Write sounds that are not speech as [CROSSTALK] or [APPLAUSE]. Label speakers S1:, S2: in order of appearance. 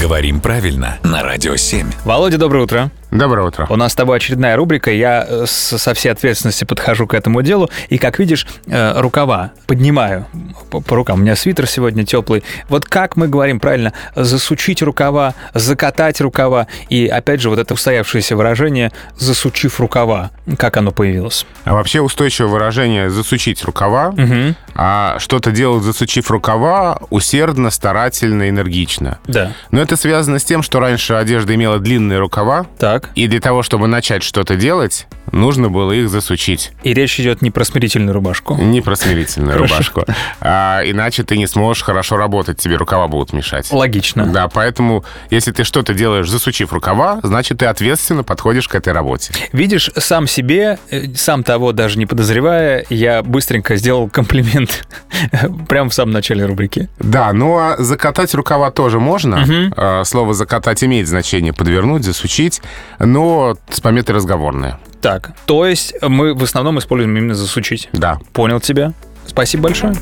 S1: Говорим правильно на Радио 7.
S2: Володя, доброе утро.
S3: Доброе утро.
S2: У нас с тобой очередная рубрика. Я э, с- со всей ответственности подхожу к этому делу. И, как видишь, э, рукава поднимаю по, по рукам. У меня свитер сегодня теплый. Вот как мы говорим правильно, засучить рукава, закатать рукава. И, опять же, вот это устоявшееся выражение «засучив рукава». Как оно появилось?
S3: А вообще устойчивое выражение «засучить рукава», а что-то делать, засучив рукава, усердно, старательно, энергично.
S2: Да.
S3: Но это связано с тем, что раньше одежда имела длинные рукава,
S2: Так.
S3: и для того, чтобы начать что-то делать, нужно было их засучить.
S2: И речь идет не про смирительную рубашку.
S3: Не про смирительную
S2: Хорошо.
S3: рубашку. А, иначе ты не сможешь хорошо работать, тебе рукава будут мешать.
S2: Логично.
S3: Да, поэтому если ты что-то делаешь, засучив рукава, значит, ты ответственно подходишь к этой работе.
S2: Видишь, сам себе, э, сам того даже не подозревая, я быстренько сделал комплимент [LAUGHS] прямо в самом начале рубрики.
S3: Да, ну а закатать рукава тоже можно. Э, Слово закатать имеет значение подвернуть, засучить, но с пометой разговорное.
S2: Так, то есть мы в основном используем именно засучить.
S3: Да.
S2: Понял тебя. Спасибо большое.